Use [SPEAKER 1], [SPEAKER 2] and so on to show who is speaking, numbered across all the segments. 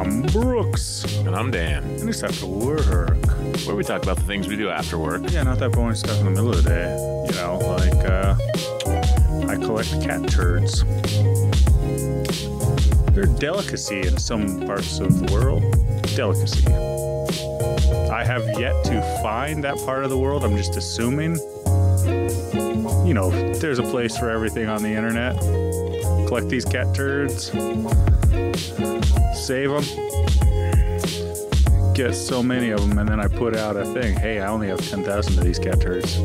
[SPEAKER 1] Um,
[SPEAKER 2] I'm Dan,
[SPEAKER 1] And it's after work.
[SPEAKER 2] where we talk about the things we do after work.
[SPEAKER 1] Yeah, not that boring stuff in the middle of the day. You know, like uh, I collect cat turds. They're a delicacy in some parts of the world. Delicacy. I have yet to find that part of the world. I'm just assuming. You know, there's a place for everything on the internet. Collect these cat turds. Save them get so many of them, and then I put out a thing. Hey, I only have ten thousand of these cat turds.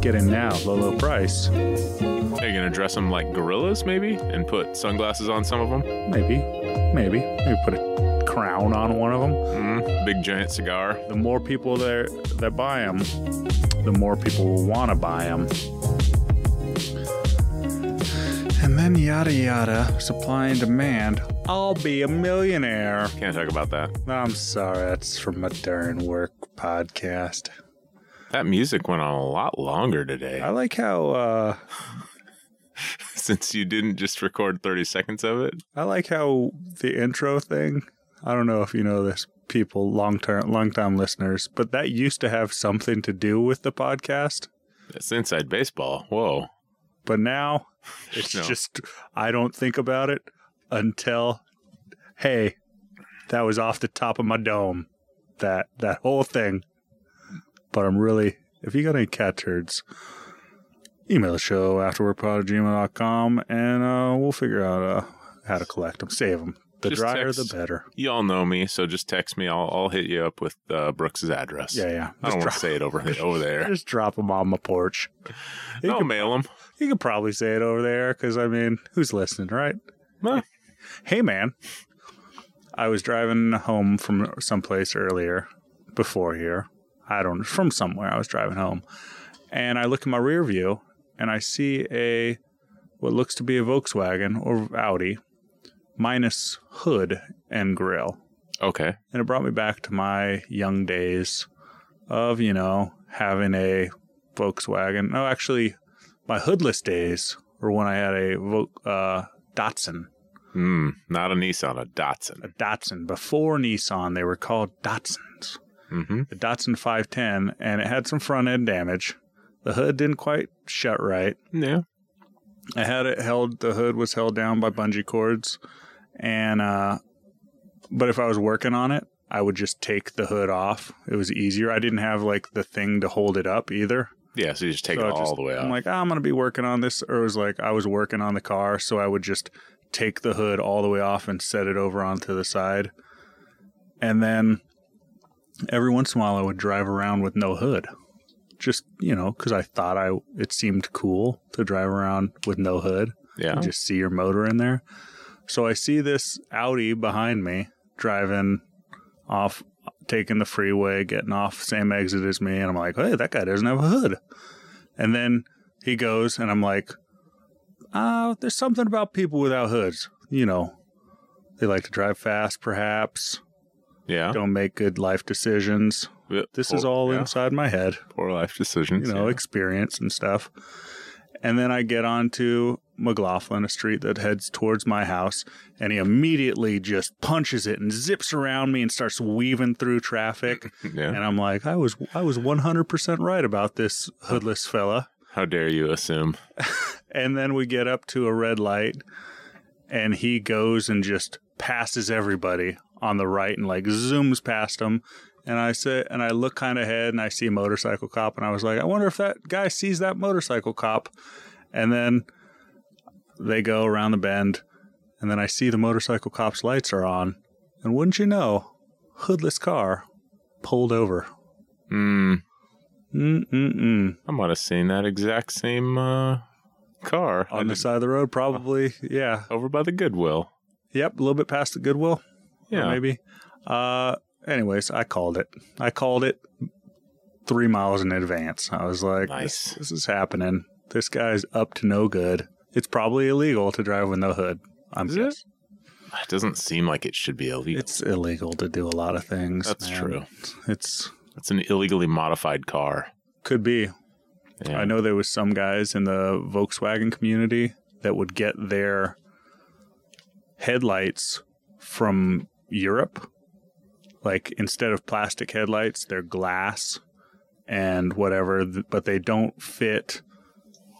[SPEAKER 1] Get in now, low low price.
[SPEAKER 2] Are you gonna dress them like gorillas, maybe, and put sunglasses on some of them?
[SPEAKER 1] Maybe, maybe, maybe put a crown on one of them.
[SPEAKER 2] Mm, big giant cigar.
[SPEAKER 1] The more people there that buy them, the more people will want to buy them. And then yada yada, supply and demand. I'll be a millionaire.
[SPEAKER 2] Can't talk about that.
[SPEAKER 1] I'm sorry, that's from a darn work podcast.
[SPEAKER 2] That music went on a lot longer today.
[SPEAKER 1] I like how uh,
[SPEAKER 2] Since you didn't just record 30 seconds of it,
[SPEAKER 1] I like how the intro thing. I don't know if you know this, people, long term, long time listeners, but that used to have something to do with the podcast.
[SPEAKER 2] it's inside baseball. Whoa.
[SPEAKER 1] But now, it's
[SPEAKER 2] No.
[SPEAKER 1] just I don't think about it until, hey, that was off the top of my dome, that that whole thing. But I'm really, if you got any cat turds, email the show afterwardpod at gmail.com and uh, we'll figure out uh, how to collect them, save them. The
[SPEAKER 2] Just
[SPEAKER 1] drier,
[SPEAKER 2] text-
[SPEAKER 1] the better.
[SPEAKER 2] Y'all know me, so just text me. I'll, I'll hit you up with uh, Brooks's address.
[SPEAKER 1] Yeah, yeah.
[SPEAKER 2] I don't
[SPEAKER 1] Just
[SPEAKER 2] want
[SPEAKER 1] drop,
[SPEAKER 2] to say it over, over there.
[SPEAKER 1] just drop them on my porch. You,
[SPEAKER 2] I'll
[SPEAKER 1] could,
[SPEAKER 2] mail them.
[SPEAKER 1] you could probably say it over there because, I mean, who's listening, right?
[SPEAKER 2] Huh.
[SPEAKER 1] Hey, man. I was driving home from someplace earlier before here. I don't, from somewhere. I was driving home. And I look in my rear view and I see a, what looks to be a Volkswagen or Audi minus hood and grill
[SPEAKER 2] Okay.
[SPEAKER 1] and it brought me back to my young days of you know having a Volkswagen. No, actually, my hoodless days were when I had a Vol- uh, Datsun,
[SPEAKER 2] Mm, not a Nissan, a Datsun.
[SPEAKER 1] a Datsun before Nissan. They were called Datsuns.
[SPEAKER 2] Mm-hmm.
[SPEAKER 1] The Datsun 510, and it had some front end damage. The hood didn't quite shut right.
[SPEAKER 2] Yeah.
[SPEAKER 1] I had it held. The hood was held down by bungee cords, and uh, but if I was working on it, I would just take the hood off. It was easier. I didn't have like the thing to hold it up either.
[SPEAKER 2] Yeah, so you just take
[SPEAKER 1] So
[SPEAKER 2] it
[SPEAKER 1] I
[SPEAKER 2] all
[SPEAKER 1] just-
[SPEAKER 2] the way
[SPEAKER 1] I'm
[SPEAKER 2] up.
[SPEAKER 1] like, "Ah, I'm gonna be working on this, or it was like I was working on the car, so I would just take the hood all the way off and set it over onto the side, and then every once in a while I would drive around with no hood, just you know, because I thought I it seemed cool to drive around with no hood
[SPEAKER 2] yeah.
[SPEAKER 1] and just see your motor in there. So I see this Audi behind me driving off, taking the freeway, getting off same exit as me, and I'm like, hey, that guy doesn't have a hood. And then he goes, and I'm like, uh, there's something about people without hoods. You know, they like to drive fast, perhaps,
[SPEAKER 2] yeah.
[SPEAKER 1] don't make good life decisions.
[SPEAKER 2] Yeah,
[SPEAKER 1] This
[SPEAKER 2] poor-
[SPEAKER 1] is all
[SPEAKER 2] Oh, yeah,
[SPEAKER 1] inside my head
[SPEAKER 2] poor life decisions.
[SPEAKER 1] you know,
[SPEAKER 2] yeah.
[SPEAKER 1] experience and stuff. And then I get onto McLaughlin, a street that heads towards my house, and he immediately just punches it and zips around me and starts weaving through traffic.
[SPEAKER 2] yeah.
[SPEAKER 1] and I'm like, I was I was 100% right about this hoodless fella.
[SPEAKER 2] How dare you assume?
[SPEAKER 1] And then we get up to a red light, and he goes and just passes everybody on the right and like zooms past them. And I sit and I look kind of ahead and I see a motorcycle cop, and I was like, I wonder if that guy sees that motorcycle cop. And then they go around the bend, and then I see the motorcycle cop's lights are on. And wouldn't you know, hoodless car pulled over.
[SPEAKER 2] Mm,
[SPEAKER 1] Mm-mm-mm.
[SPEAKER 2] I might have seen that exact same uh, car I
[SPEAKER 1] On the
[SPEAKER 2] did-
[SPEAKER 1] side of the road, probably. Yeah.
[SPEAKER 2] over by the Goodwill.
[SPEAKER 1] Yep. A little bit past the Goodwill.
[SPEAKER 2] Yeah.
[SPEAKER 1] yeah. maybe. Uh, anyways, I called it. I called it three miles in advance. I was like,
[SPEAKER 2] Nice.
[SPEAKER 1] this, this is happening. This guy's up to no good. It's probably illegal to drive with no hood. I'm
[SPEAKER 2] Is it?
[SPEAKER 1] guessing.
[SPEAKER 2] It doesn't seem like it should be illegal.
[SPEAKER 1] It's illegal to do a lot of things.
[SPEAKER 2] That's
[SPEAKER 1] man.
[SPEAKER 2] true.
[SPEAKER 1] It's
[SPEAKER 2] It's an illegally modified car.
[SPEAKER 1] could be.
[SPEAKER 2] Yeah.
[SPEAKER 1] I know there was some guys in the Volkswagen community that would get their headlights from Europe like instead of plastic headlights, they're glass and whatever, th- but they don't fit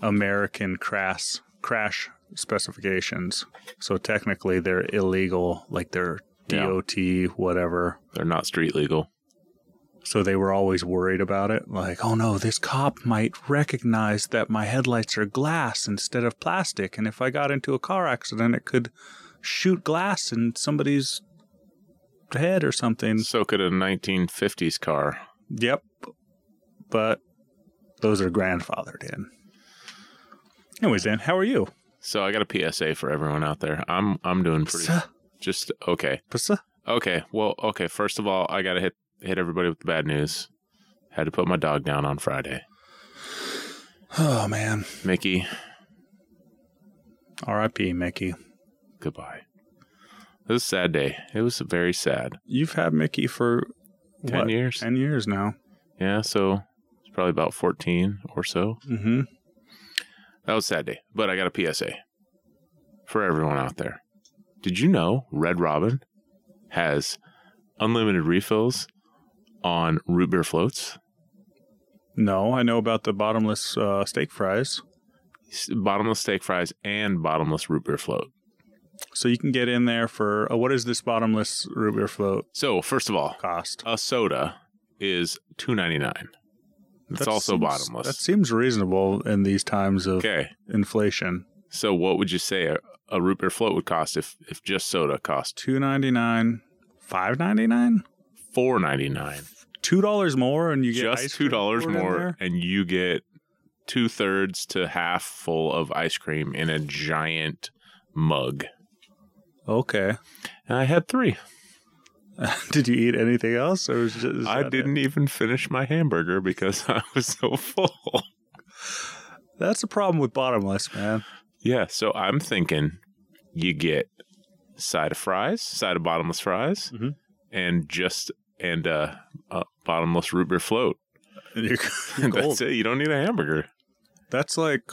[SPEAKER 1] American crash crash specifications. So technically, they're illegal. Like they're
[SPEAKER 2] Yeah.
[SPEAKER 1] DOT, whatever.
[SPEAKER 2] They're not street legal.
[SPEAKER 1] So they were always worried about it. Like, oh no, this cop might recognize that my headlights are glass instead of plastic. And if I got into a car accident, it could shoot glass in somebody's head or something.
[SPEAKER 2] So could a 1950s car.
[SPEAKER 1] Yep. But those are grandfathered in. Anyways, Dan, how are you?
[SPEAKER 2] So I got a PSA for everyone out there. I'm I'm doing pretty
[SPEAKER 1] Psa,
[SPEAKER 2] just okay.
[SPEAKER 1] psa.
[SPEAKER 2] Okay. Well, okay. First of all, I gotta hit hit everybody with the bad news. Had to put my dog down on Friday.
[SPEAKER 1] Oh, man.
[SPEAKER 2] Mickey,
[SPEAKER 1] R.I.P., Mickey.
[SPEAKER 2] goodbye. It was a sad day. It was very sad.
[SPEAKER 1] You've had Mickey for
[SPEAKER 2] Ten
[SPEAKER 1] what,
[SPEAKER 2] years.
[SPEAKER 1] 10 years now.
[SPEAKER 2] Yeah. So it's probably about fourteen or so.
[SPEAKER 1] Mm-hmm.
[SPEAKER 2] That was a sad day. But I got a PSA for everyone out there. Did you know Red Robin has unlimited refills on root beer floats?
[SPEAKER 1] No, I know about the bottomless uh, steak fries.
[SPEAKER 2] S- Bottomless steak fries and bottomless root beer float.
[SPEAKER 1] So you can get in there for uh, what is this bottomless root beer float
[SPEAKER 2] So first of all,
[SPEAKER 1] cost?
[SPEAKER 2] a soda is two ninety nine. It's
[SPEAKER 1] That
[SPEAKER 2] also
[SPEAKER 1] seems-
[SPEAKER 2] bottomless.
[SPEAKER 1] That seems reasonable in these times of
[SPEAKER 2] okay.
[SPEAKER 1] inflation.
[SPEAKER 2] So what would you say a, a root beer float would cost if if just soda cost
[SPEAKER 1] Two ninety nine, five ninety nine,
[SPEAKER 2] four ninety nine?
[SPEAKER 1] two dollars more, and you get ice
[SPEAKER 2] Just two
[SPEAKER 1] cream
[SPEAKER 2] dollars
[SPEAKER 1] poured in
[SPEAKER 2] more,
[SPEAKER 1] there?
[SPEAKER 2] and you get two thirds to half full of ice cream in a giant mug.
[SPEAKER 1] Okay.
[SPEAKER 2] And I had three.
[SPEAKER 1] Did you eat anything else? Or was just,
[SPEAKER 2] I didn't even finish my hamburger because I was so full.
[SPEAKER 1] That's the problem with bottomless, man.
[SPEAKER 2] Yeah, so I'm thinking you get side of fries, side of bottomless fries,
[SPEAKER 1] Mhm.
[SPEAKER 2] and just and uh, uh bottomless root beer float.
[SPEAKER 1] You're- you're
[SPEAKER 2] That's
[SPEAKER 1] gold.
[SPEAKER 2] it. You don't need a hamburger.
[SPEAKER 1] That's like,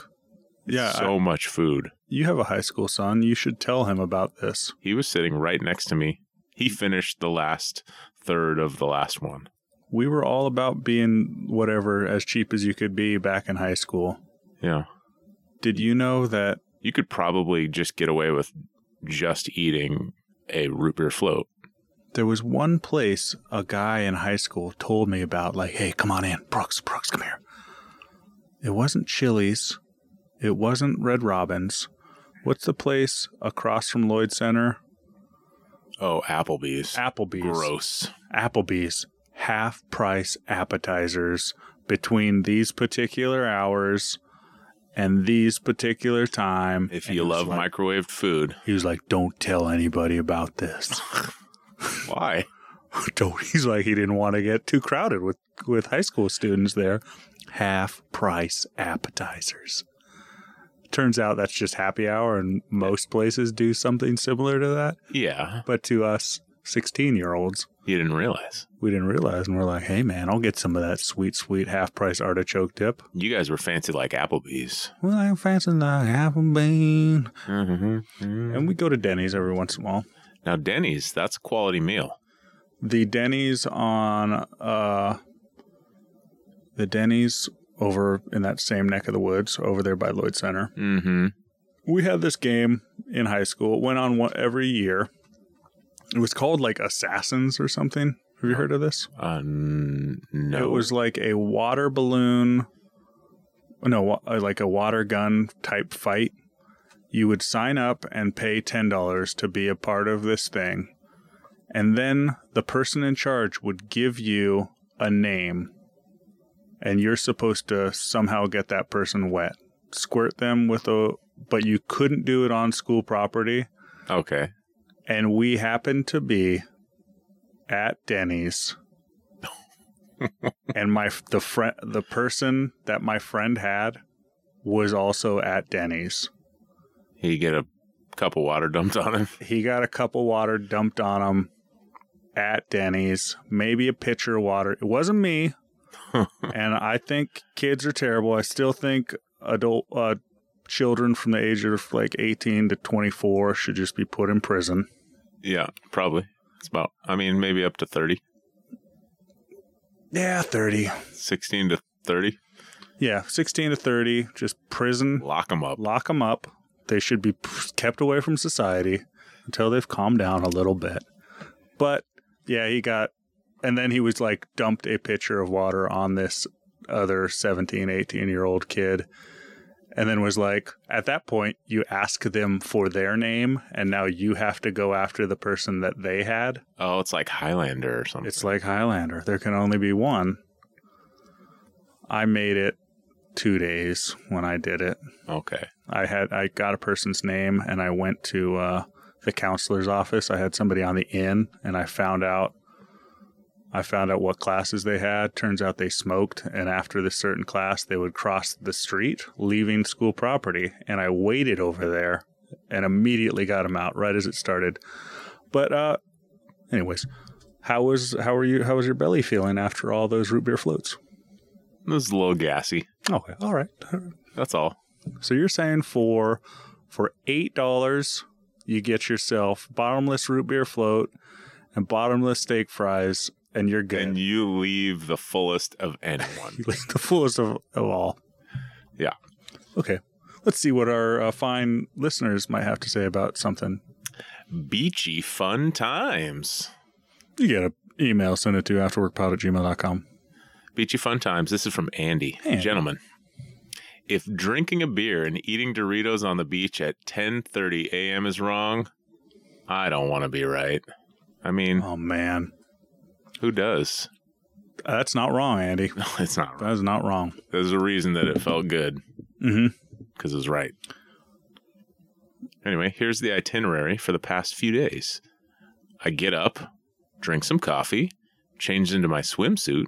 [SPEAKER 1] yeah. I-
[SPEAKER 2] so much food.
[SPEAKER 1] you have a high school son. You should tell him about this.
[SPEAKER 2] He was sitting right next to me. He finished the last third of the last one.
[SPEAKER 1] we were all about being whatever as cheap as you could be back in high school.
[SPEAKER 2] Yeah,
[SPEAKER 1] Did you know that
[SPEAKER 2] you could probably just get away with just eating a root beer float.
[SPEAKER 1] there was one place a guy in high school told me about, like, hey, come on in, Brooks, Brooks, come here. It wasn't Chili's, it wasn't Red Robin's. What's the place across from Lloyd Center?
[SPEAKER 2] Oh, Applebee's.
[SPEAKER 1] Applebee's.
[SPEAKER 2] Gross.
[SPEAKER 1] Applebee's half price appetizers between these particular hours and these particular time.
[SPEAKER 2] If
[SPEAKER 1] And
[SPEAKER 2] you
[SPEAKER 1] he was
[SPEAKER 2] love
[SPEAKER 1] like,
[SPEAKER 2] microwaved food,
[SPEAKER 1] He was like, "Don't tell anybody about this."
[SPEAKER 2] why?
[SPEAKER 1] Don't. He's like, he didn't want to get too crowded with with high school students there. Half price appetizers. Turns out that's just happy hour, and most places do something similar to that.
[SPEAKER 2] Yeah,
[SPEAKER 1] But to us, sixteen year olds,
[SPEAKER 2] you didn't realize.
[SPEAKER 1] we didn't realize, and we're like, "Hey, man, I'll get some of that sweet, sweet half price artichoke dip."
[SPEAKER 2] You guys were fancy like Applebee's.
[SPEAKER 1] Well, I'm fancying the apple bean,
[SPEAKER 2] Mm-hmm.
[SPEAKER 1] and we go to Denny's every once in a while.
[SPEAKER 2] Now Denny's, that's a quality meal.
[SPEAKER 1] the Denny's on uh the Denny's over in that same neck of the woods over there by Lloyd Center.
[SPEAKER 2] Mm-hmm.
[SPEAKER 1] We had this game in high school. It went on one, every year. It was called like Assassins or something. Have you heard of this?
[SPEAKER 2] Uh, n- no,
[SPEAKER 1] It was like a water balloon, no, wa- uh, like a water gun type fight. You would sign up and pay $10 to be a part of this thing. And then the person in charge would give you a name. And you're supposed to somehow get that person wet. Squirt them with a, but you couldn't do it on school property
[SPEAKER 2] okay.
[SPEAKER 1] and we happened to be at Denny's. and my the friend the person that my friend had was also at Denny's.
[SPEAKER 2] He get a cup of water dumped on him.
[SPEAKER 1] He got a cup of water dumped on him at Denny's, maybe a pitcher of water. It wasn't me. and I think kids are terrible. I still think adult uh, children from the age of like 18 to 24 should just be put in prison.
[SPEAKER 2] Yeah, probably. It's That's about, I mean, maybe up to 30,
[SPEAKER 1] Yeah, 30.
[SPEAKER 2] 16 to 30.
[SPEAKER 1] Yeah, 16 to 30, just prison,
[SPEAKER 2] Lock them up.
[SPEAKER 1] lock them up. They should be kept away from society until they've calmed down a little bit. But yeah, he got, and then he was like dumped a pitcher of water on this other 17, 18 year old kid. And then was like, at that point, you ask them for their name, and now you have to go after the person that they had.
[SPEAKER 2] Oh, it's like Highlander or something.
[SPEAKER 1] It's like Highlander. There can only be one. I made it two days when I did it.
[SPEAKER 2] okay.
[SPEAKER 1] I had I got a person's name and I went to uh, the counselor's office. I had somebody on the in and I found out I found out what classes they had. Turns out they smoked and after this certain class they would cross the street leaving school property and I waited over there and immediately got them out right as it started. But uh anyways, how was how were you how was your belly feeling after all those root beer floats?
[SPEAKER 2] This is a little gassy.
[SPEAKER 1] Okay, all right.
[SPEAKER 2] That's all.
[SPEAKER 1] So you're saying for for eight dollars you get yourself bottomless root beer float and bottomless steak fries and you're good.
[SPEAKER 2] And you leave the fullest of anyone.
[SPEAKER 1] you like the fullest of, of all.
[SPEAKER 2] Yeah.
[SPEAKER 1] Okay. Let's see what our uh, fine listeners might have to say about something.
[SPEAKER 2] Beachy fun times.
[SPEAKER 1] You get an email, send it to afterworkpod at gmail.com.
[SPEAKER 2] Beat you fun times. This is from Andy.
[SPEAKER 1] Hey, Andy.
[SPEAKER 2] Gentlemen, if drinking a beer and eating Doritos on the beach at 10:30 a.m. is wrong, I don't want to be right. I mean,
[SPEAKER 1] Oh, man.
[SPEAKER 2] who does?
[SPEAKER 1] That's not wrong, Andy.
[SPEAKER 2] No, it's not. Right.
[SPEAKER 1] That is not wrong.
[SPEAKER 2] There's a reason that it felt good
[SPEAKER 1] Mm-hmm.
[SPEAKER 2] because it was right. Anyway, here's the itinerary for the past few days. I get up, drink some coffee, change into my swimsuit,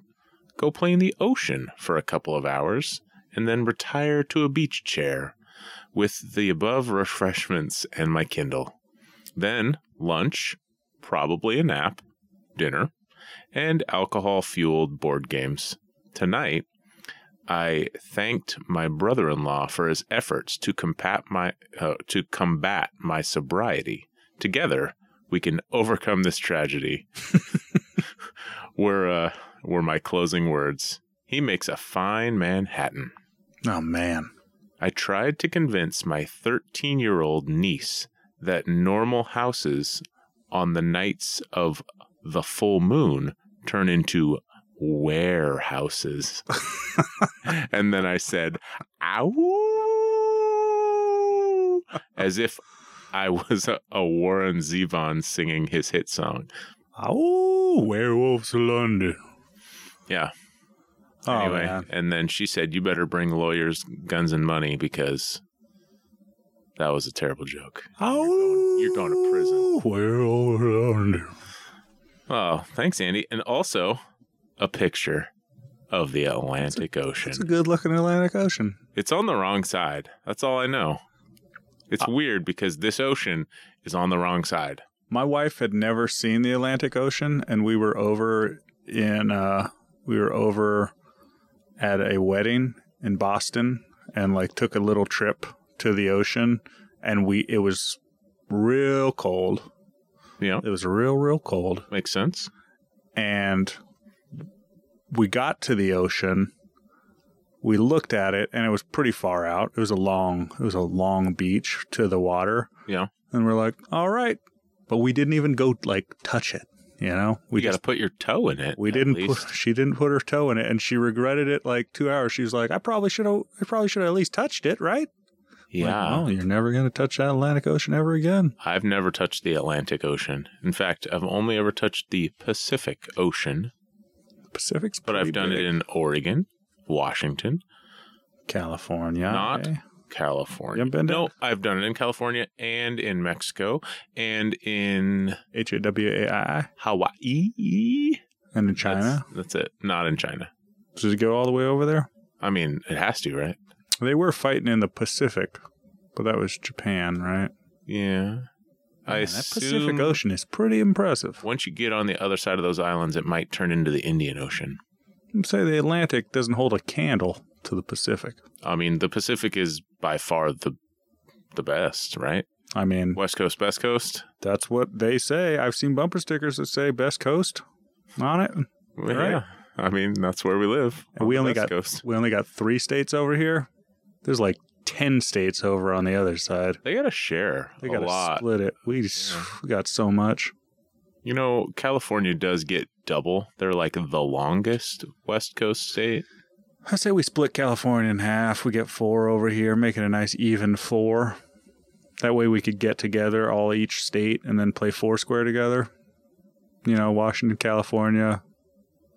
[SPEAKER 2] go play in the ocean for a couple of hours, and then retire to a beach chair with the above refreshments and my Kindle. Then lunch, probably a nap, dinner, and alcohol fueled board games. Tonight, I thanked my brother-in-law for his efforts to combat my uh, to combat my sobriety. Together, we can overcome this tragedy. were uh, were my closing words. He makes a fine Manhattan.
[SPEAKER 1] Oh, man.
[SPEAKER 2] I tried to convince my 13-year-old niece that normal houses on the nights of the full moon turn into warehouses. and then I said, ow, as if I was a, a Warren Zevon singing his hit song.
[SPEAKER 1] Oh, werewolves of London.
[SPEAKER 2] Yeah.
[SPEAKER 1] Oh,
[SPEAKER 2] anyway,
[SPEAKER 1] man.
[SPEAKER 2] and then she said, you better bring lawyers, guns, and money because that was a terrible joke.
[SPEAKER 1] Oh,
[SPEAKER 2] you're going to prison.
[SPEAKER 1] Werewolves of London.
[SPEAKER 2] Oh, thanks, Andy. And also a picture of the Atlantic Ocean.
[SPEAKER 1] It's a good looking Atlantic Ocean.
[SPEAKER 2] It's on the wrong side. That's all I know. It's
[SPEAKER 1] Uh,
[SPEAKER 2] weird because this ocean is on the wrong side.
[SPEAKER 1] My wife had never seen the Atlantic Ocean, and we were over in uh, we were over at a wedding in Boston, and like took a little trip to the ocean, and we it was real cold.
[SPEAKER 2] Yeah,
[SPEAKER 1] It was real real cold,
[SPEAKER 2] makes sense.
[SPEAKER 1] and we got to the ocean. We looked at it, and it was pretty far out. It was a long it was a long beach to the water,
[SPEAKER 2] Yeah,
[SPEAKER 1] and we're like, all right. But we didn't even go like touch it, you know. We
[SPEAKER 2] you got to
[SPEAKER 1] just
[SPEAKER 2] put your toe in it.
[SPEAKER 1] we
[SPEAKER 2] at
[SPEAKER 1] didn't.
[SPEAKER 2] least.
[SPEAKER 1] Put, she didn't put her toe in it, and she regretted it like two hours. She was like, I probably should have. I probably should have at least touched it, right?
[SPEAKER 2] yeah,
[SPEAKER 1] Like, oh, you're never gonna touch that Atlantic Ocean ever again.
[SPEAKER 2] I've never touched the Atlantic Ocean. In fact, I've only ever touched the Pacific Ocean,
[SPEAKER 1] Pacific's.
[SPEAKER 2] but I've done it in Oregon, Washington,
[SPEAKER 1] California.
[SPEAKER 2] Not-
[SPEAKER 1] eh?
[SPEAKER 2] California.
[SPEAKER 1] haven't been to-
[SPEAKER 2] no, I've done it in California and in Mexico and in
[SPEAKER 1] H A W A I I,
[SPEAKER 2] Hawaii.
[SPEAKER 1] and in
[SPEAKER 2] That's-
[SPEAKER 1] China.
[SPEAKER 2] that's it. Not in China.
[SPEAKER 1] Does it go all the way over there?
[SPEAKER 2] I mean, it has to, right?
[SPEAKER 1] They were fighting in the Pacific, but that was Japan, right?
[SPEAKER 2] Yeah. I
[SPEAKER 1] Man, that
[SPEAKER 2] assume
[SPEAKER 1] Pacific Ocean is pretty impressive.
[SPEAKER 2] once you get on the other side of those islands, it might turn into the Indian Ocean.
[SPEAKER 1] Say the Atlantic doesn't hold a candle to the Pacific.
[SPEAKER 2] I mean, the Pacific is by far the the best, right?
[SPEAKER 1] I mean,
[SPEAKER 2] West Coast, Best Coast.
[SPEAKER 1] that's what they say. I've seen bumper stickers that say Best Coast on it.
[SPEAKER 2] Well,
[SPEAKER 1] Right.
[SPEAKER 2] Yeah. I mean, that's where we live.
[SPEAKER 1] And
[SPEAKER 2] on
[SPEAKER 1] we
[SPEAKER 2] the
[SPEAKER 1] only
[SPEAKER 2] West
[SPEAKER 1] got-
[SPEAKER 2] Coast.
[SPEAKER 1] We only got three states over here. There's like 10 states over on the other side.
[SPEAKER 2] They got to share
[SPEAKER 1] They
[SPEAKER 2] a
[SPEAKER 1] got to
[SPEAKER 2] lot.
[SPEAKER 1] split it. We, just-
[SPEAKER 2] Yeah.
[SPEAKER 1] we got so much.
[SPEAKER 2] You know, California does get double. They're like the longest West Coast state.
[SPEAKER 1] I say we split California in half. We get four over here, make it a nice even four. That way we could get together all each state and then play four square together. You know, Washington, California,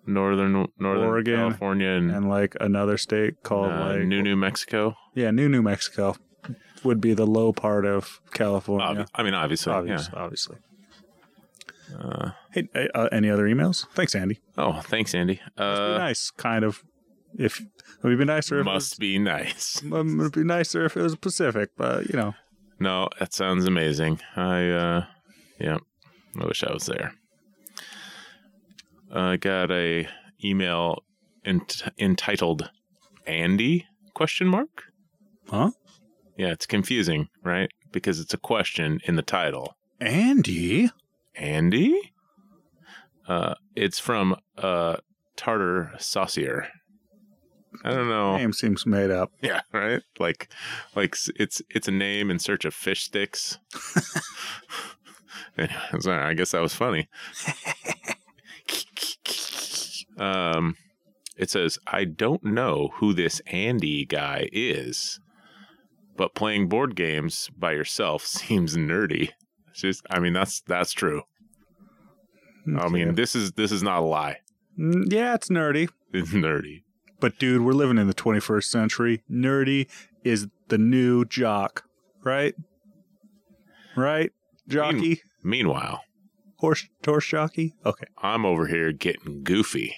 [SPEAKER 2] Northern, Northern
[SPEAKER 1] Oregon
[SPEAKER 2] California, and,
[SPEAKER 1] and like another state called
[SPEAKER 2] uh,
[SPEAKER 1] like
[SPEAKER 2] New New Mexico.
[SPEAKER 1] yeah, New New Mexico would be the low part of California.
[SPEAKER 2] Obvi- I mean, obviously,
[SPEAKER 1] Obvious, Oh, Obviously.
[SPEAKER 2] yeah. Uh,
[SPEAKER 1] Hey, uh, any other emails? Thanks, Andy.
[SPEAKER 2] oh, thanks, Andy.
[SPEAKER 1] Must be
[SPEAKER 2] Uh,
[SPEAKER 1] nice, kind of. If it would be nicer, if
[SPEAKER 2] must be nice.
[SPEAKER 1] It was, um, it'd be nicer if it was Pacific, but you know,
[SPEAKER 2] No, that sounds amazing. I uh yeah. I wish I was there. I got a email ent- entitled Andy question mark?
[SPEAKER 1] Huh?
[SPEAKER 2] Yeah, it's confusing, right? Because it's a question in the title.
[SPEAKER 1] Andy.
[SPEAKER 2] Andy? Uh it's from uh Tartar Saucier. I don't know.
[SPEAKER 1] Name seems made up.
[SPEAKER 2] Yeah, right. Like, like s- it's it's a name in search of fish sticks. Anyways, I I guess that was funny. um, it says I don't know who this Andy guy is, but playing board games by yourself seems nerdy. It's just, I mean, that's that's true. I mean, this is this is not a lie.
[SPEAKER 1] Mm, Hmm. yeah, it's nerdy.
[SPEAKER 2] It's nerdy.
[SPEAKER 1] But dude, we're living in the 21st century. Nerdy is the new jock, right? Right, jockey,
[SPEAKER 2] Meanwhile,
[SPEAKER 1] horse, horse jockey. Okay,
[SPEAKER 2] I'm over here getting goofy.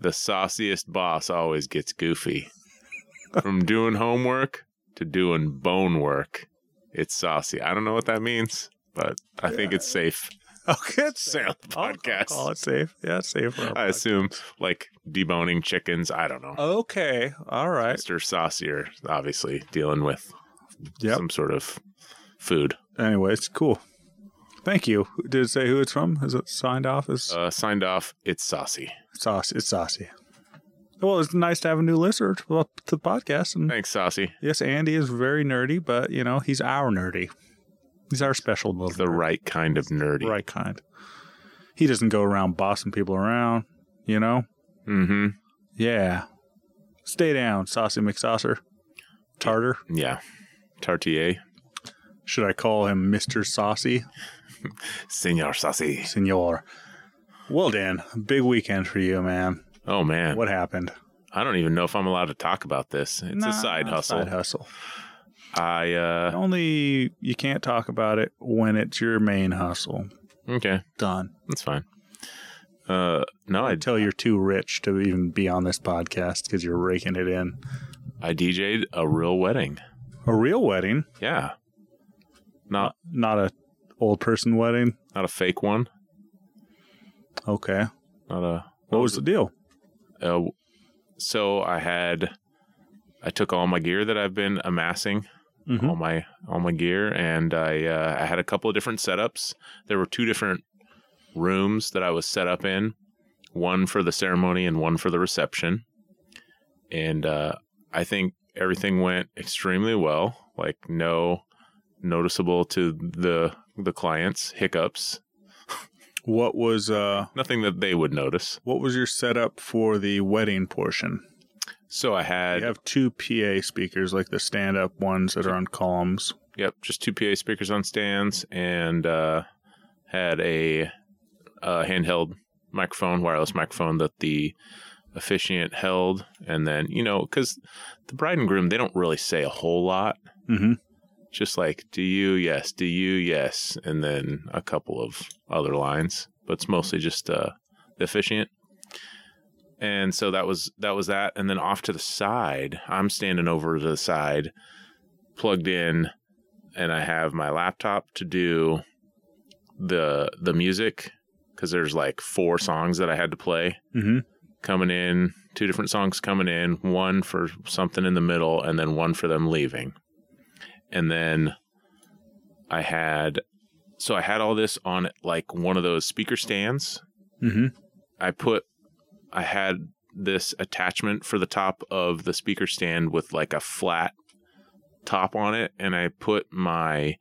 [SPEAKER 2] The sauciest boss always gets goofy. From doing homework to doing bone work, it's saucy. I don't know what that means, but I think it's safe.
[SPEAKER 1] okay, it's
[SPEAKER 2] Say on the
[SPEAKER 1] I'll- I'll Call
[SPEAKER 2] podcast.
[SPEAKER 1] it safe. Yeah, it's safe. for our
[SPEAKER 2] I
[SPEAKER 1] podcast.
[SPEAKER 2] assume like deboning chickens. I don't
[SPEAKER 1] Uh,
[SPEAKER 2] know.
[SPEAKER 1] Okay, all right.
[SPEAKER 2] Mr. Saucier, obviously dealing with
[SPEAKER 1] Yep.
[SPEAKER 2] some sort of food.
[SPEAKER 1] Anyway, it's cool. Thank you. Did it say who it's from? Is it signed off as
[SPEAKER 2] Uh, signed off. It's saucy.
[SPEAKER 1] sauce? It's saucy. Well, it's nice to have a new listener to to the podcast, and
[SPEAKER 2] Thanks, saucy.
[SPEAKER 1] Yes, Andy is very nerdy, but you know he's our nerdy. He's our special little
[SPEAKER 2] The
[SPEAKER 1] nerd,
[SPEAKER 2] right kind of nerdy.
[SPEAKER 1] right kind. He doesn't go around bossing people around, you know.
[SPEAKER 2] Mm-hmm.
[SPEAKER 1] Yeah, stay down, saucy McSaucer, Tartar.
[SPEAKER 2] Yeah. Tartier.
[SPEAKER 1] Should I call him Mister Saucy,
[SPEAKER 2] Senor Saucy.
[SPEAKER 1] Senor? Well, Dan, big weekend for you, man.
[SPEAKER 2] Oh man,
[SPEAKER 1] What happened?
[SPEAKER 2] I don't even know if I'm allowed to talk about this. It's
[SPEAKER 1] Nah,
[SPEAKER 2] a side hustle.
[SPEAKER 1] Side hustle.
[SPEAKER 2] I uh
[SPEAKER 1] Only you can't talk about it when it's your main hustle.
[SPEAKER 2] okay,
[SPEAKER 1] Done.
[SPEAKER 2] that's fine. Uh no, I
[SPEAKER 1] Until you're too rich to even be on this podcast because you're raking it in.
[SPEAKER 2] I DJ'd a real wedding.
[SPEAKER 1] A real wedding,
[SPEAKER 2] Yeah. Not
[SPEAKER 1] not a old person wedding.
[SPEAKER 2] not a fake one.
[SPEAKER 1] Okay.
[SPEAKER 2] Not a
[SPEAKER 1] What was the deal?
[SPEAKER 2] uh, so I had I took all my gear that I've been amassing
[SPEAKER 1] Mhm.
[SPEAKER 2] all my all my gear and I uh, I had a couple of different setups. There were two different rooms that I was set up in, one for the ceremony and one for the reception. And uh, I think everything went extremely well. Like no noticeable to the the clients hiccups.
[SPEAKER 1] What was uh
[SPEAKER 2] Nothing that they would notice.
[SPEAKER 1] what was your setup for the wedding portion?
[SPEAKER 2] So I had
[SPEAKER 1] You have two PA speakers, like the stand up ones that are on columns.
[SPEAKER 2] Yep, just two PA speakers on stands and uh, had a uh, handheld microphone, wireless microphone that the officiant held. And then, you know, because the bride and groom, they don't really say a whole lot.
[SPEAKER 1] Mm-hmm.
[SPEAKER 2] Just like, do you, yes, do you, yes. And then a couple of other lines, but it's mostly just uh, the officiant. And so that was that was that. And then off to the side, I'm standing over to the side plugged in and I have my laptop to do the the music cuz there's like four songs that I had to play
[SPEAKER 1] Mm-hmm.
[SPEAKER 2] coming in, two different songs coming in, one for something in the middle and then one for them leaving. And then I had so I had all this on like one of those speaker stands.
[SPEAKER 1] Mm-hmm.
[SPEAKER 2] I put I had this attachment for the top of the speaker stand with like a flat top on it and I put my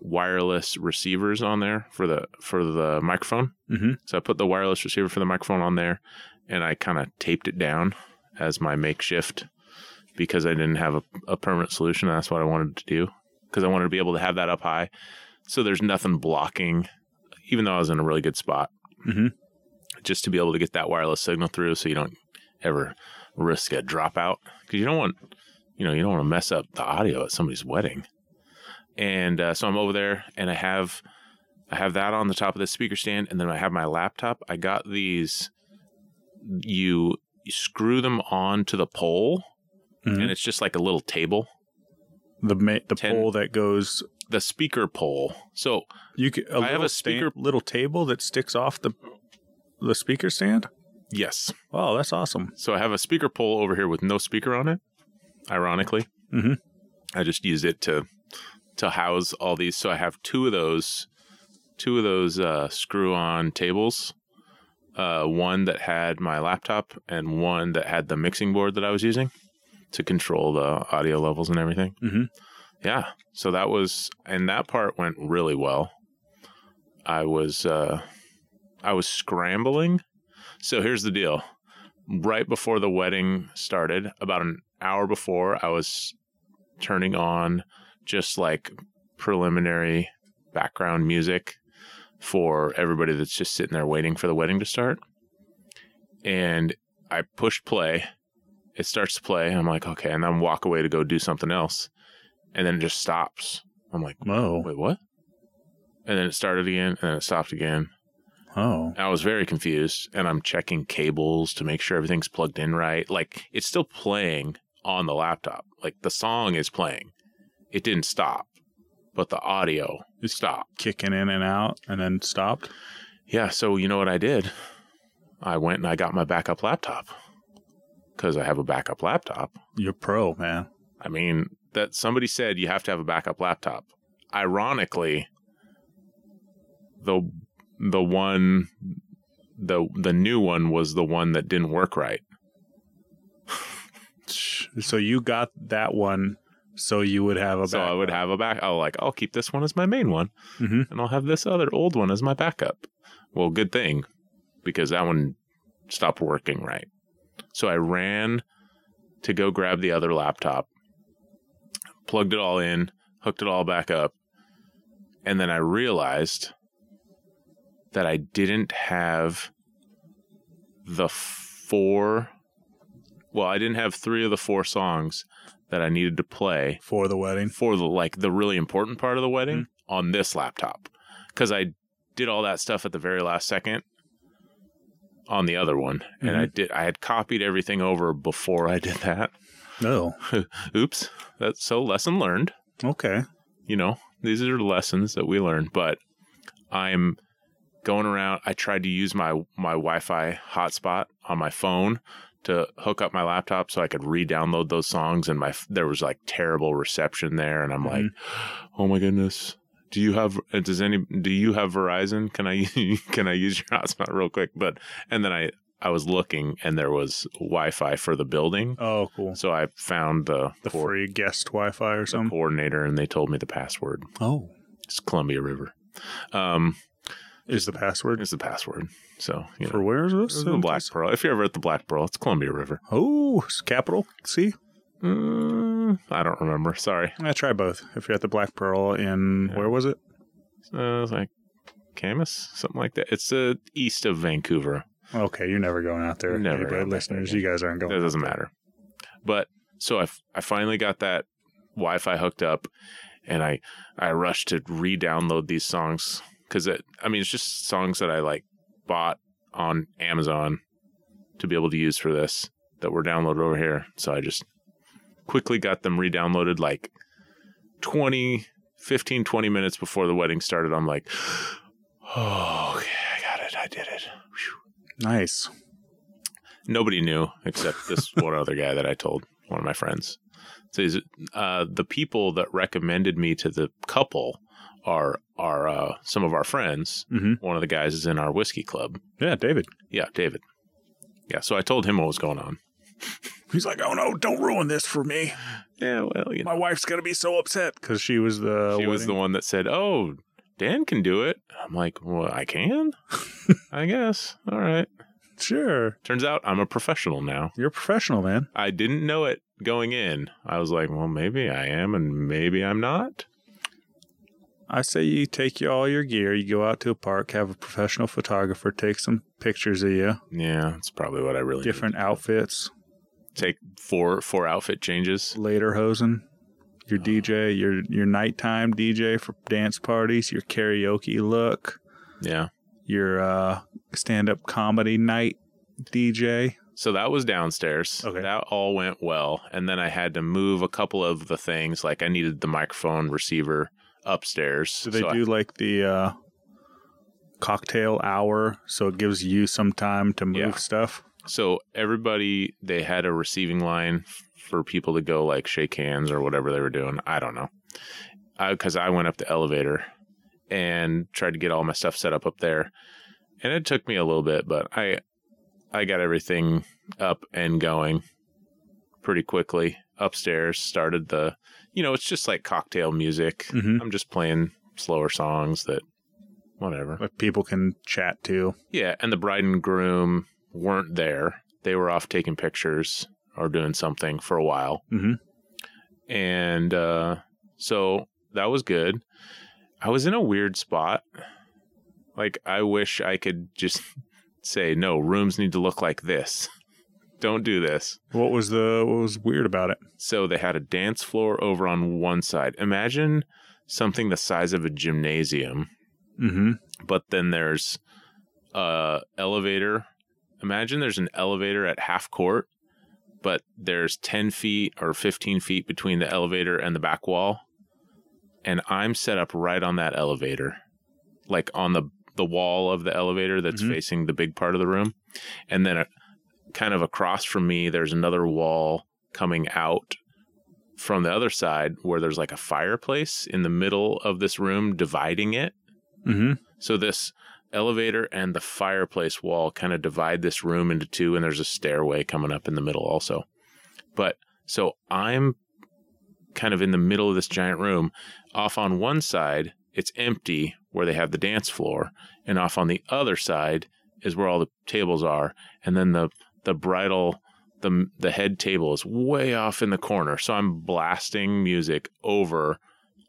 [SPEAKER 2] wireless receivers on there for the for the microphone.
[SPEAKER 1] Mhm.
[SPEAKER 2] So I put the wireless receiver for the microphone on there and I kind of taped it down as my makeshift because I didn't have a, a permanent solution. That's what I wanted to do because I wanted to be able to have that up high. So there's nothing blocking, even though I was in a really good spot,
[SPEAKER 1] Mhm.
[SPEAKER 2] just to be able to get that wireless signal through so you don't ever risk a dropout because you don't want, you know, you don't want to mess up the audio at somebody's wedding. And uh, so I'm over there and I have. I have that on the top of the speaker stand, and then I have my laptop. I got these. You you screw them on to the pole
[SPEAKER 1] Mhm.
[SPEAKER 2] and it's just like a little table
[SPEAKER 1] The ma- the
[SPEAKER 2] Ten-
[SPEAKER 1] pole that goes
[SPEAKER 2] the speaker pole so
[SPEAKER 1] you can,
[SPEAKER 2] I have a speaker-
[SPEAKER 1] little table that sticks off the the speaker stand.
[SPEAKER 2] yes
[SPEAKER 1] Wow, that's awesome.
[SPEAKER 2] so i have a speaker pole over here with no speaker on it ironically
[SPEAKER 1] Mhm.
[SPEAKER 2] i just use it to to house all these so i have two of those two of those uh, screw on tables uh, one that had my laptop and one that had the mixing board that i was using to control the audio levels and everything
[SPEAKER 1] Mhm.
[SPEAKER 2] yeah so that was and that part went really well i was uh i was scrambling so here's the deal right before the wedding started about an hour before i was turning on just like preliminary background music for everybody that's just sitting there waiting for the wedding to start and i pushed play it starts to play i'm like okay and then walk away to go do something else and then it just stops i'm like
[SPEAKER 1] Oh,
[SPEAKER 2] wait what and then it started again and then it stopped again
[SPEAKER 1] oh,
[SPEAKER 2] I was very confused, and I'm checking cables to make sure everything's plugged in right. Like it's still playing on the laptop. Like the song is playing. It didn't stop, but the audio stopped.
[SPEAKER 1] kicking in and out and then stopped.
[SPEAKER 2] Yeah, so you know what I did? I went and I got my backup laptop because I have a backup laptop.
[SPEAKER 1] You're pro, man.
[SPEAKER 2] I mean, that somebody said you have to have a backup laptop. Ironically, the the one the the new one was the one that didn't work right.
[SPEAKER 1] So you got that one, so you would have a.
[SPEAKER 2] so I would have a back. I'll like I'll keep this one as my main one,
[SPEAKER 1] Mhm.
[SPEAKER 2] and I'll have this other old one as my backup. Well, good thing because that one stopped working right. So I ran to go grab the other laptop, plugged it all in, hooked it all back up, and then I realized that I didn't have the four. Well, I didn't have three of the four songs that I needed to play
[SPEAKER 1] for the wedding.
[SPEAKER 2] for the like the really important part of the wedding on this laptop because I did all that stuff at the very last second on the other one, and I did I had copied everything over before I did that.
[SPEAKER 1] No,
[SPEAKER 2] Oops, that's so lesson learned.
[SPEAKER 1] okay.
[SPEAKER 2] You know, these are lessons that we learn. But I'm going around. I tried to use my my Wi-Fi hotspot on my phone to hook up my laptop so I could re-download those songs. And my f- there was like terrible reception there, and I'm like,
[SPEAKER 1] Mm-hmm.
[SPEAKER 2] oh my goodness. Do you have uh, does any do you have Verizon? Can I can I use your hotspot real quick? But and then I I was looking and there was Wi-Fi for the building,
[SPEAKER 1] Oh, cool.
[SPEAKER 2] so I found the
[SPEAKER 1] The
[SPEAKER 2] coor-
[SPEAKER 1] free guest Wi-Fi or
[SPEAKER 2] the
[SPEAKER 1] something.
[SPEAKER 2] coordinator and they told me the password.
[SPEAKER 1] Oh,
[SPEAKER 2] It's Columbia River. Um,
[SPEAKER 1] is the password
[SPEAKER 2] it's the password. So you
[SPEAKER 1] for
[SPEAKER 2] know,
[SPEAKER 1] where is this?
[SPEAKER 2] the Black Pearl. If you're ever at the Black Pearl, it's Columbia River.
[SPEAKER 1] Oh, it's capital. See,
[SPEAKER 2] Mm, I don't remember. Sorry,
[SPEAKER 1] I try both. If you're at the Black Pearl in
[SPEAKER 2] Yeah.
[SPEAKER 1] where was it?
[SPEAKER 2] uh, it's like Camas, something like that. It's uh, east of Vancouver.
[SPEAKER 1] Okay, you're never going out there.
[SPEAKER 2] Never
[SPEAKER 1] Never
[SPEAKER 2] going out there,
[SPEAKER 1] listeners,
[SPEAKER 2] yeah.
[SPEAKER 1] you guys aren't going.
[SPEAKER 2] It doesn't matter. But so I, f- I finally got that Wi Fi hooked up and I, I rushed to re download these songs because it, I mean, it's just songs that I like bought on Amazon to be able to use for this that were downloaded over here. So I just quickly got them re downloaded like 20, 15, 20 minutes before the wedding started. I'm like, oh, okay, I got it. I did it.
[SPEAKER 1] Nice.
[SPEAKER 2] Nobody knew except this one other guy that I told, one of my friends. So is it- uh, the people that recommended me to the couple are are uh, some of our friends.
[SPEAKER 1] Mhm.
[SPEAKER 2] One of the guys is in our whiskey club.
[SPEAKER 1] Yeah, David.
[SPEAKER 2] Yeah, David. Yeah, so I told him what was going on.
[SPEAKER 1] He's like, oh no, don't ruin this for me.
[SPEAKER 2] Yeah, well, you know,
[SPEAKER 1] My wife's gonna be so upset because she was the
[SPEAKER 2] she was the
[SPEAKER 1] wedding-
[SPEAKER 2] one that said, "Oh, Dan can do it." I'm like, "Well, I can, I guess." All right.
[SPEAKER 1] sure.
[SPEAKER 2] Turns out I'm a professional now.
[SPEAKER 1] You're a professional, man.
[SPEAKER 2] I didn't know it going in. I was like, "Well, maybe I am, and maybe I'm not."
[SPEAKER 1] I say you take you all your gear, you go out to a park, have a professional photographer take some pictures of you,
[SPEAKER 2] Yeah, that's probably what I really need.
[SPEAKER 1] different outfits,
[SPEAKER 2] take four four outfit changes.
[SPEAKER 1] later hosen,
[SPEAKER 2] Uh-huh.
[SPEAKER 1] your DJ, your your nighttime DJ for dance parties, your karaoke look,
[SPEAKER 2] Yeah.
[SPEAKER 1] your uh, stand up comedy night DJ.
[SPEAKER 2] So that was downstairs.
[SPEAKER 1] Okay.
[SPEAKER 2] That all went well. And then I had to move a couple of the things. Like I needed the microphone receiver upstairs.
[SPEAKER 1] Do they
[SPEAKER 2] So I-
[SPEAKER 1] do like the uh, cocktail hour so it gives you some time to move
[SPEAKER 2] Yeah.
[SPEAKER 1] stuff?
[SPEAKER 2] so everybody, they had a receiving line f- for people to go like shake hands or whatever they were doing. I don't know. Because I went up the elevator and tried to get all my stuff set up up there. And it took me a little bit, but I I got everything up and going pretty quickly. Upstairs started the, you know, it's just like cocktail music.
[SPEAKER 1] Mm-hmm.
[SPEAKER 2] I'm just playing slower songs that whatever.
[SPEAKER 1] But people can chat to.
[SPEAKER 2] Yeah, and the bride and groom weren't there. They were off taking pictures or doing something for a while.
[SPEAKER 1] Mhm.
[SPEAKER 2] And uh, so that was good. I was in a weird spot. Like, I wish I could just say, no, rooms need to look like this. Don't do this.
[SPEAKER 1] What was the what was weird about it?
[SPEAKER 2] So they had a dance floor over on one side. Imagine something the size of a gymnasium
[SPEAKER 1] Mm-hmm.
[SPEAKER 2] but then there's a elevator. Imagine there's an elevator at half court, but there's 10 feet or 15 feet between the elevator and the back wall. And I'm set up right on that elevator, like on the, the wall of the elevator that's
[SPEAKER 1] Mhm.
[SPEAKER 2] facing the big part of the room. And then a, kind of across from me, there's another wall coming out from the other side where there's like a fireplace in the middle of this room dividing it.
[SPEAKER 1] Mm-hmm.
[SPEAKER 2] So this elevator and the fireplace wall kind of divide this room into two, and there's a stairway coming up in the middle also. But so I'm kind of in the middle of this giant room. Off on one side, it's empty where they have the dance floor, and off on the other side is where all the tables are, and then the the bridal the the head table is way off in the corner. So I'm blasting music over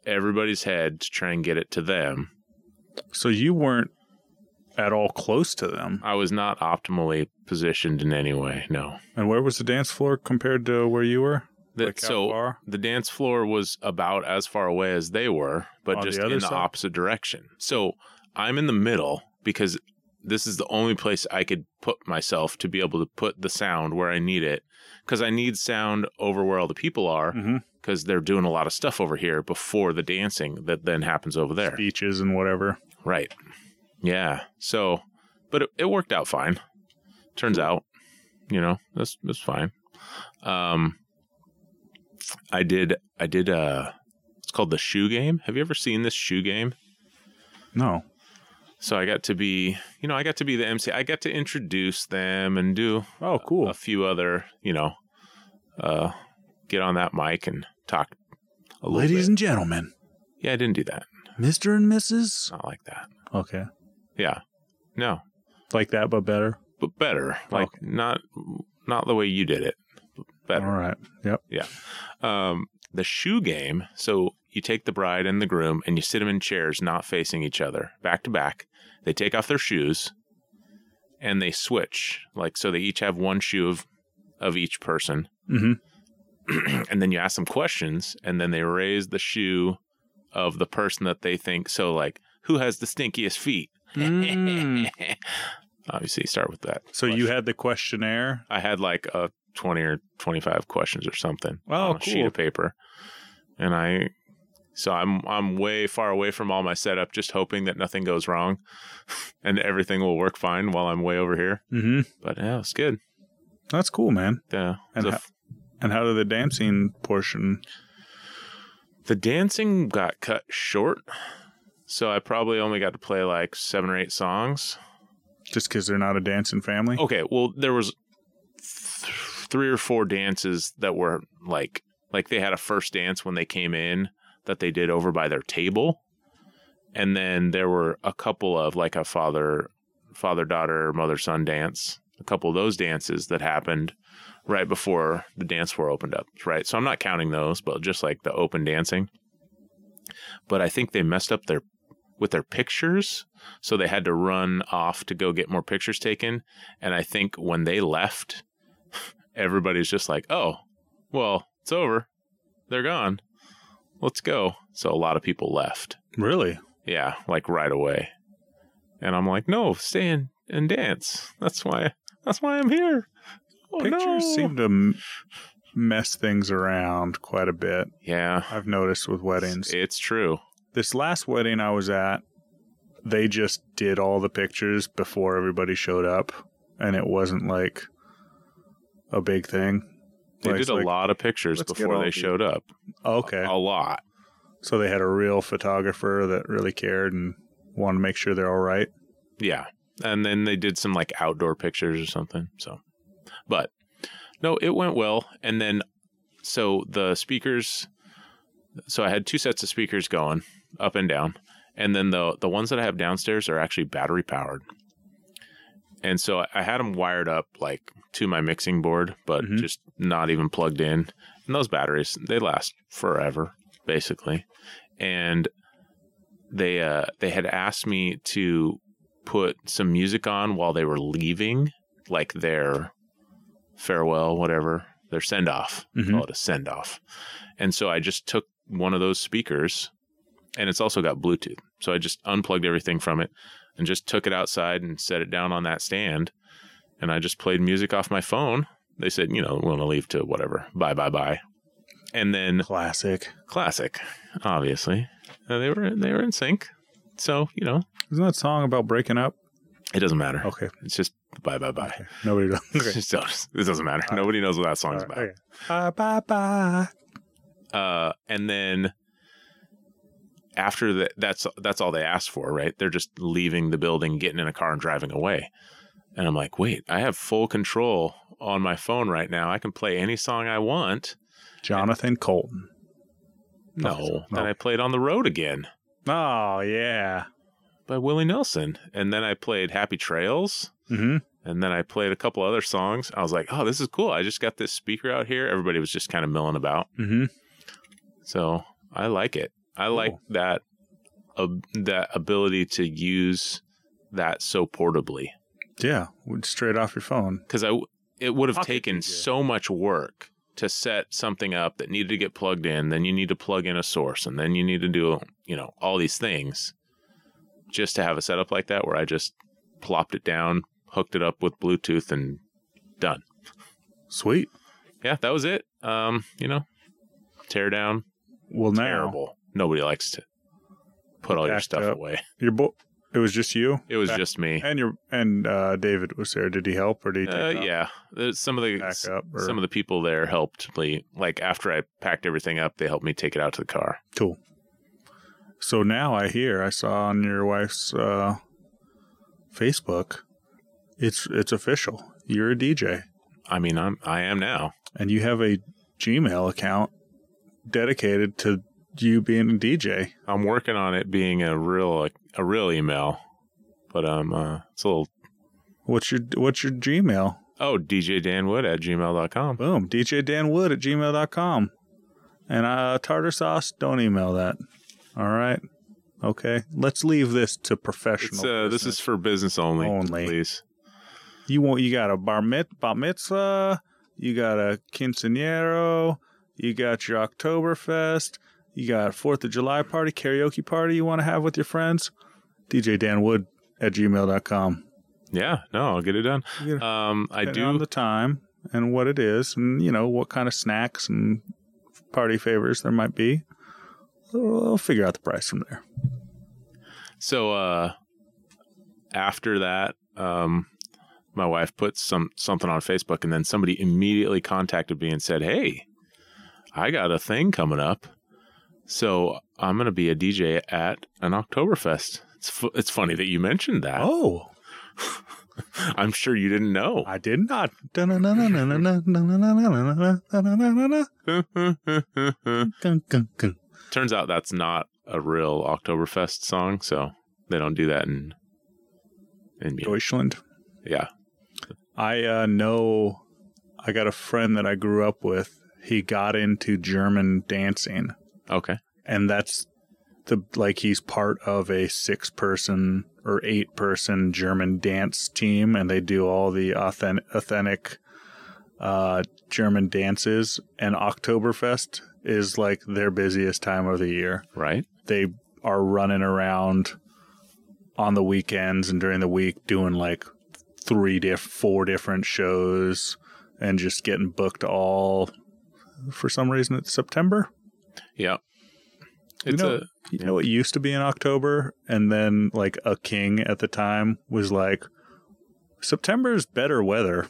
[SPEAKER 2] everybody's head to try and get it to them.
[SPEAKER 1] So you weren't at all close to them.
[SPEAKER 2] I was not optimally positioned in any way. No.
[SPEAKER 1] And where was the dance floor compared to where you were?
[SPEAKER 2] The-
[SPEAKER 1] Like how
[SPEAKER 2] so
[SPEAKER 1] far?
[SPEAKER 2] the dance floor was about as far away as they were, but
[SPEAKER 1] On
[SPEAKER 2] just
[SPEAKER 1] the other
[SPEAKER 2] in the
[SPEAKER 1] side?
[SPEAKER 2] opposite direction. So I'm in the middle because this is the only place I could put myself to be able to put the sound where I need it because I need sound over where all the people are
[SPEAKER 1] Mhm.
[SPEAKER 2] because they're doing a lot of stuff over here before the dancing that then happens over there.
[SPEAKER 1] Speeches and whatever.
[SPEAKER 2] Right. Yeah. So, but it, it worked out fine. Turns out, you know, that's that's fine. Um, I did I did uh, it's called the shoe game. Have you ever seen this shoe game?
[SPEAKER 1] No.
[SPEAKER 2] So I got to be, you know, I got to be the MC. I got to introduce them and do
[SPEAKER 1] Oh, cool.
[SPEAKER 2] a few other, you know, uh, get on that mic and talk. A little
[SPEAKER 1] Ladies
[SPEAKER 2] bit.
[SPEAKER 1] and gentlemen,
[SPEAKER 2] yeah, I didn't do that.
[SPEAKER 1] Mr. and Mrs.
[SPEAKER 2] Not like that.
[SPEAKER 1] Okay.
[SPEAKER 2] Yeah, no,
[SPEAKER 1] Like that, but better.
[SPEAKER 2] but better. Like not not the way you did it.
[SPEAKER 1] All
[SPEAKER 2] Better.
[SPEAKER 1] right. Yep.
[SPEAKER 2] Um, the shoe game. So you take the bride and the groom and you sit them in chairs, not facing each other, back to back. They take off their shoes, and they switch. Like so, they each have one shoe of of each person,
[SPEAKER 1] Mm-hmm.
[SPEAKER 2] and then you ask them questions, and then they raise the shoe of the person that they think. So like, who has the stinkiest feet? Mm. Obviously, start with that.
[SPEAKER 1] So you had the questionnaire.
[SPEAKER 2] I had like a 20 or 25 questions or something
[SPEAKER 1] Oh,
[SPEAKER 2] on a sheet
[SPEAKER 1] cool.
[SPEAKER 2] of paper. And I so I'm I'm way far away from all my setup just hoping that nothing goes wrong and everything will work fine while I'm way over here.
[SPEAKER 1] Mm-hmm.
[SPEAKER 2] But yeah, it's good.
[SPEAKER 1] That's cool, man.
[SPEAKER 2] Yeah. It
[SPEAKER 1] And
[SPEAKER 2] was a
[SPEAKER 1] ho-
[SPEAKER 2] f-
[SPEAKER 1] And how did the dancing portion?
[SPEAKER 2] The dancing got cut short, so I probably only got to play like seven or eight songs.
[SPEAKER 1] Just because they're not a dancing family?
[SPEAKER 2] Okay, well there was th- three or four dances that were like like they had a first dance when they came in that they did over by their table. And then there were a couple of like a father father daughter mother son dance, a couple of those dances that happened right before the dance floor opened up, right? So I'm not counting those, but just like the open dancing. But I think they messed up their with their pictures, so they had to run off to go get more pictures taken. And I think when they left, everybody's just like, "Oh, well, it's over. They're gone. Let's go." So a lot of people left.
[SPEAKER 1] Really?
[SPEAKER 2] Yeah, like right away. And I'm like, "No, stay in and dance. That's why. That's why I'm here." Oh,
[SPEAKER 1] Pictures
[SPEAKER 2] no.
[SPEAKER 1] seem to m- mess things around quite a bit.
[SPEAKER 2] Yeah,
[SPEAKER 1] I've noticed with weddings.
[SPEAKER 2] it's true.
[SPEAKER 1] this last wedding I was at, they just did all the pictures before everybody showed up, and it wasn't like a big thing.
[SPEAKER 2] They
[SPEAKER 1] Like,
[SPEAKER 2] did a
[SPEAKER 1] like,
[SPEAKER 2] lot of pictures
[SPEAKER 1] let's get
[SPEAKER 2] before
[SPEAKER 1] all
[SPEAKER 2] they
[SPEAKER 1] the-
[SPEAKER 2] showed up.
[SPEAKER 1] Okay,
[SPEAKER 2] A lot.
[SPEAKER 1] so they had a real photographer that really cared and wanted to make sure they're all right.
[SPEAKER 2] Yeah. And then they did some like outdoor pictures or something. So, but no, it went well. And then, so the speakers, so I had two sets of speakers going up and down. And then the, the ones that I have downstairs are actually battery powered. And so I- I had them wired up like to my mixing board, but
[SPEAKER 1] Mhm.
[SPEAKER 2] just not even plugged in. And those batteries, they last forever, basically. And they uh they had asked me to put some music on while they were leaving, like their farewell, whatever, their send off.
[SPEAKER 1] Mhm.
[SPEAKER 2] Call it a send off. And so I just took one of those speakers and it's also got Bluetooth. So I just unplugged everything from it and just took it outside and set it down on that stand and I just played music off my phone. They said, you know, we want to leave to whatever. Bye bye bye. And then
[SPEAKER 1] Classic.
[SPEAKER 2] classic, obviously. Uh, they were they were in sync, so you know
[SPEAKER 1] Isn't that song about breaking up?
[SPEAKER 2] it doesn't matter.
[SPEAKER 1] Okay,
[SPEAKER 2] It's just bye bye bye.
[SPEAKER 1] nobody. Okay.
[SPEAKER 2] It just does- it doesn't matter. Nobody knows what that
[SPEAKER 1] All
[SPEAKER 2] song's
[SPEAKER 1] right,
[SPEAKER 2] about.
[SPEAKER 1] okay. Bye bye bye.
[SPEAKER 2] Uh, and then after that, that's that's all they asked for, right? They're just leaving the building, getting in a car, and driving away. And I'm like, wait, I have full control on my phone right now. I can play any song I want.
[SPEAKER 1] Jonathan Colton.
[SPEAKER 2] No,
[SPEAKER 1] Okay.
[SPEAKER 2] then
[SPEAKER 1] No.
[SPEAKER 2] I played on the road again.
[SPEAKER 1] Oh yeah.
[SPEAKER 2] by Willie Nelson. And then I played Happy Trails.
[SPEAKER 1] Mm-hmm.
[SPEAKER 2] And then I played a couple other songs. I was like, oh, this is cool. I just got this speaker out here. Everybody was just kind of milling about.
[SPEAKER 1] Mm-hmm.
[SPEAKER 2] So I like it. I like
[SPEAKER 1] Cool.
[SPEAKER 2] that ab that ability to use that so portably
[SPEAKER 1] Yeah, straight off your phone.
[SPEAKER 2] because I w- it would have
[SPEAKER 1] Pocket
[SPEAKER 2] taken
[SPEAKER 1] DJ.
[SPEAKER 2] so much work to set something up that needed to get plugged in. Then you need to plug in a source, and then you need to do you know all these things just to have a setup like that where I just plopped it down, hooked it up with Bluetooth, and
[SPEAKER 1] Sweet.
[SPEAKER 2] yeah, that was it. Um, you know, tear down,
[SPEAKER 1] Well, now
[SPEAKER 2] terrible. Nobody likes to put all your
[SPEAKER 1] Backed
[SPEAKER 2] stuff
[SPEAKER 1] up.
[SPEAKER 2] away.
[SPEAKER 1] your bo- it was just you
[SPEAKER 2] It was
[SPEAKER 1] Back-
[SPEAKER 2] just me.
[SPEAKER 1] and your and uh, David was there. Did he help or did he take
[SPEAKER 2] Uh,
[SPEAKER 1] off-
[SPEAKER 2] yeah, There's some of the
[SPEAKER 1] back up? Or,
[SPEAKER 2] some of the people there helped me. Like after I packed everything up, they helped me take it out to the car.
[SPEAKER 1] cool. So now I hear I saw on your wife's uh, Facebook, it's it's official. You're a DJ
[SPEAKER 2] I mean, I'm I am now.
[SPEAKER 1] and you have a Gmail account dedicated to you being a DJ.
[SPEAKER 2] I'm working on it being a real a real email, but um, uh, it's a little
[SPEAKER 1] What's your what's your Gmail?
[SPEAKER 2] oh DJ Dan Wood at gmail.com.
[SPEAKER 1] Boom. DJ Dan Wood at gmail.com. And uh, tartar sauce, don't email that. All right. Okay. Let's leave this to professional.
[SPEAKER 2] It's, uh, this is
[SPEAKER 1] business.
[SPEAKER 2] for business only,
[SPEAKER 1] Only.
[SPEAKER 2] please.
[SPEAKER 1] you want you got a bar, mit, bar mitzvah, you got a quinceanero, you got your Oktoberfest, you got Fourth of July party, karaoke party you want to have with your friends. DJ Dan Wood at gmail.com.
[SPEAKER 2] Yeah, no, I'll get it done.
[SPEAKER 1] You gotta
[SPEAKER 2] Um, I
[SPEAKER 1] put down
[SPEAKER 2] do.
[SPEAKER 1] the time and what it is, and you know what kind of snacks and party favors there might be. We'll we'll figure out the price from there.
[SPEAKER 2] So uh, after that, um, my wife put some something on Facebook, and then somebody immediately contacted me and said, "Hey, I got a thing coming up, so I'm going to be a DJ at an Oktoberfest." It's fu- it's funny that you mentioned that.
[SPEAKER 1] Oh,
[SPEAKER 2] I'm sure you didn't know.
[SPEAKER 1] I did not. Gung, gung, gung.
[SPEAKER 2] Turns out that's not a real Oktoberfest song, so they don't do that in in music.
[SPEAKER 1] Deutschland.
[SPEAKER 2] Yeah.
[SPEAKER 1] I uh, know I got a friend that I grew up with. He got into German dancing,
[SPEAKER 2] Okay.
[SPEAKER 1] and that's the like he's part of a six person or eight person German dance team, and they do all the authentic, authentic uh, German dances. And Oktoberfest is like their busiest time of the year
[SPEAKER 2] Right.
[SPEAKER 1] they are running around on the weekends and during the week doing like three diff four different shows and just getting booked all for some reason it's September.
[SPEAKER 2] Yeah.
[SPEAKER 1] You
[SPEAKER 2] It's
[SPEAKER 1] know-
[SPEAKER 2] a
[SPEAKER 1] You
[SPEAKER 2] Yeah.
[SPEAKER 1] know it used to be in October and then like a king at the time was like September's better weather.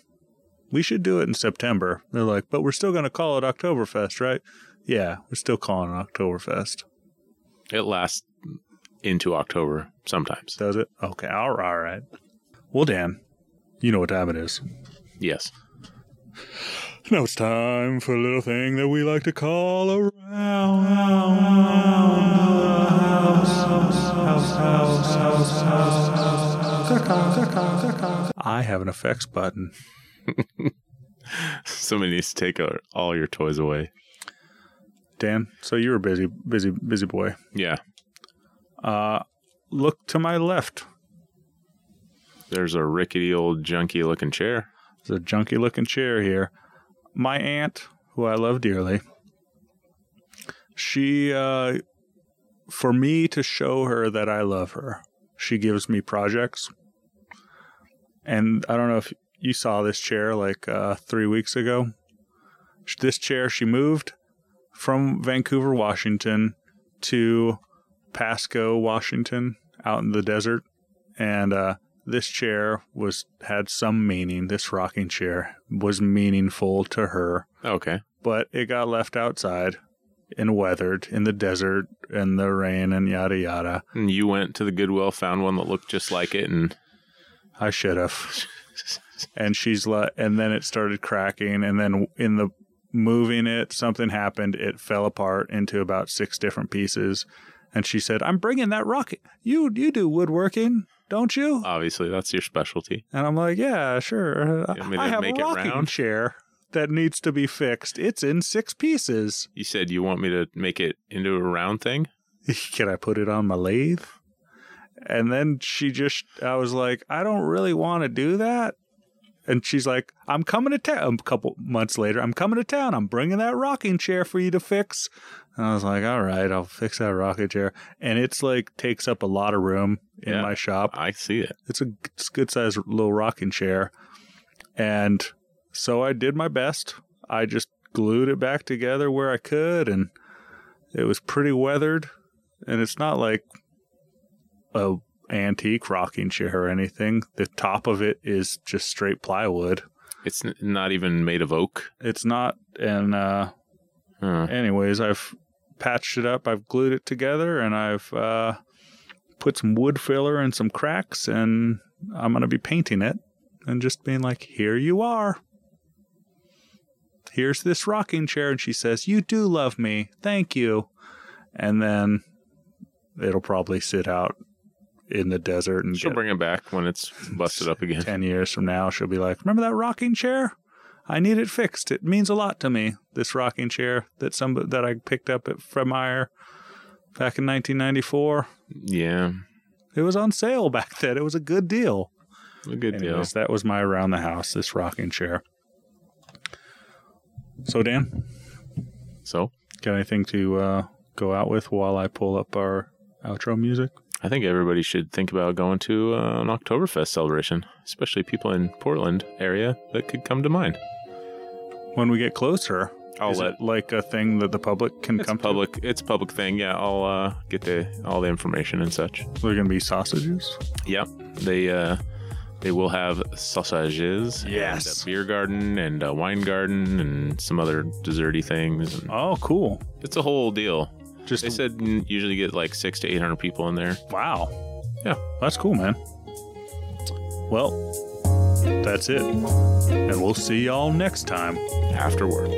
[SPEAKER 1] We should do it in September. They're like, but we're still gonna call it Oktoberfest, right? Yeah, we're still calling it Oktoberfest.
[SPEAKER 2] It lasts into October sometimes.
[SPEAKER 1] Does it? Okay. All right. All right. Well, Dan, you know what time it is.
[SPEAKER 2] Yes.
[SPEAKER 1] Now it's time for a little thing that we like to call around I have an effects button.
[SPEAKER 2] Somebody needs to take our, all your toys away.
[SPEAKER 1] Dan, so you were busy, busy, busy boy.
[SPEAKER 2] Yeah.
[SPEAKER 1] Uh, look to my left.
[SPEAKER 2] There's a rickety old junky looking chair.
[SPEAKER 1] There's a junky looking chair here. My aunt, who I love dearly, she, uh, for me to show her that I love her, she gives me projects. And I don't know if you saw this chair like uh, three weeks ago. Sh- This chair, she moved from Vancouver, Washington to Pasco, Washington, out in the desert. And, uh, this chair was had some meaning this rocking chair was meaningful to her
[SPEAKER 2] Okay.
[SPEAKER 1] but it got left outside and weathered in the desert and the rain and yada yada
[SPEAKER 2] And you went to the Goodwill, found one that looked just like it, and
[SPEAKER 1] i should have and she's let and then it started cracking and then in the moving it something happened it fell apart into about six different pieces and she said i'm bringing that rock you you do woodworking don't you
[SPEAKER 2] obviously that's your specialty.
[SPEAKER 1] And I'm like, yeah, sure.
[SPEAKER 2] You want me
[SPEAKER 1] I
[SPEAKER 2] to
[SPEAKER 1] have
[SPEAKER 2] make
[SPEAKER 1] a
[SPEAKER 2] it
[SPEAKER 1] rocking
[SPEAKER 2] round?
[SPEAKER 1] chair that needs to be fixed. It's in six pieces.
[SPEAKER 2] You said you want me to make it into a round thing?
[SPEAKER 1] Can I put it on my lathe? And then she just, I was like, I don't really want to do that. And she's like, I'm coming to town. A couple months later, I'm coming to town. I'm bringing that rocking chair for you to fix. And I was like, all right, I'll fix that rocking chair. And it's like takes up a lot of room in
[SPEAKER 2] Yeah.
[SPEAKER 1] my shop.
[SPEAKER 2] I see it.
[SPEAKER 1] it's a good sized little rocking chair. And so I did my best. I just glued it back together where I could, and it was pretty weathered. And it's not like a antique rocking chair or anything. The top of it is just straight plywood.
[SPEAKER 2] It's n- not even made of oak.
[SPEAKER 1] It's not, and uh,
[SPEAKER 2] Huh.
[SPEAKER 1] anyways, I've patched it up, I've glued it together, and I've uh, put some wood filler and some cracks, and I'm gonna be painting it and just being like, "Here you are. Here's this rocking chair." And she says, "You do love me. Thank you." And then it'll probably sit out in the desert and
[SPEAKER 2] She'll
[SPEAKER 1] get
[SPEAKER 2] bring it back when it's busted up again.
[SPEAKER 1] 10 years from now, she'll be like, Remember that rocking chair? I need it fixed. It means a lot to me. This rocking chair that some that I picked up at Fred Meyer back in 1994.
[SPEAKER 2] Yeah.
[SPEAKER 1] It was on sale back then. It was a good deal.
[SPEAKER 2] A good deal.
[SPEAKER 1] Anyways, that was my around the house. This rocking chair. So Dan,
[SPEAKER 2] So
[SPEAKER 1] got anything to uh, go out with while I pull up our outro music?
[SPEAKER 2] I think everybody should think about going to uh, an Oktoberfest celebration, especially people in Portland area that could come to mind.
[SPEAKER 1] When we get closer,
[SPEAKER 2] I'll
[SPEAKER 1] is
[SPEAKER 2] let
[SPEAKER 1] it like a thing that the public can
[SPEAKER 2] it's
[SPEAKER 1] come to?
[SPEAKER 2] public. It's a public thing. Yeah, I'll uh, get the all the information and such.
[SPEAKER 1] They're gonna be sausages.
[SPEAKER 2] Yep. They uh, They will have sausages, and
[SPEAKER 1] Yes.
[SPEAKER 2] a beer garden, and a wine garden, and some other desserty things. And
[SPEAKER 1] Oh, cool.
[SPEAKER 2] it's a whole deal.
[SPEAKER 1] Just
[SPEAKER 2] They said mm, usually get like six to eight hundred people in there.
[SPEAKER 1] wow.
[SPEAKER 2] Yeah.
[SPEAKER 1] That's cool, man. Well, that's it. And we'll see y'all next time.
[SPEAKER 2] after work.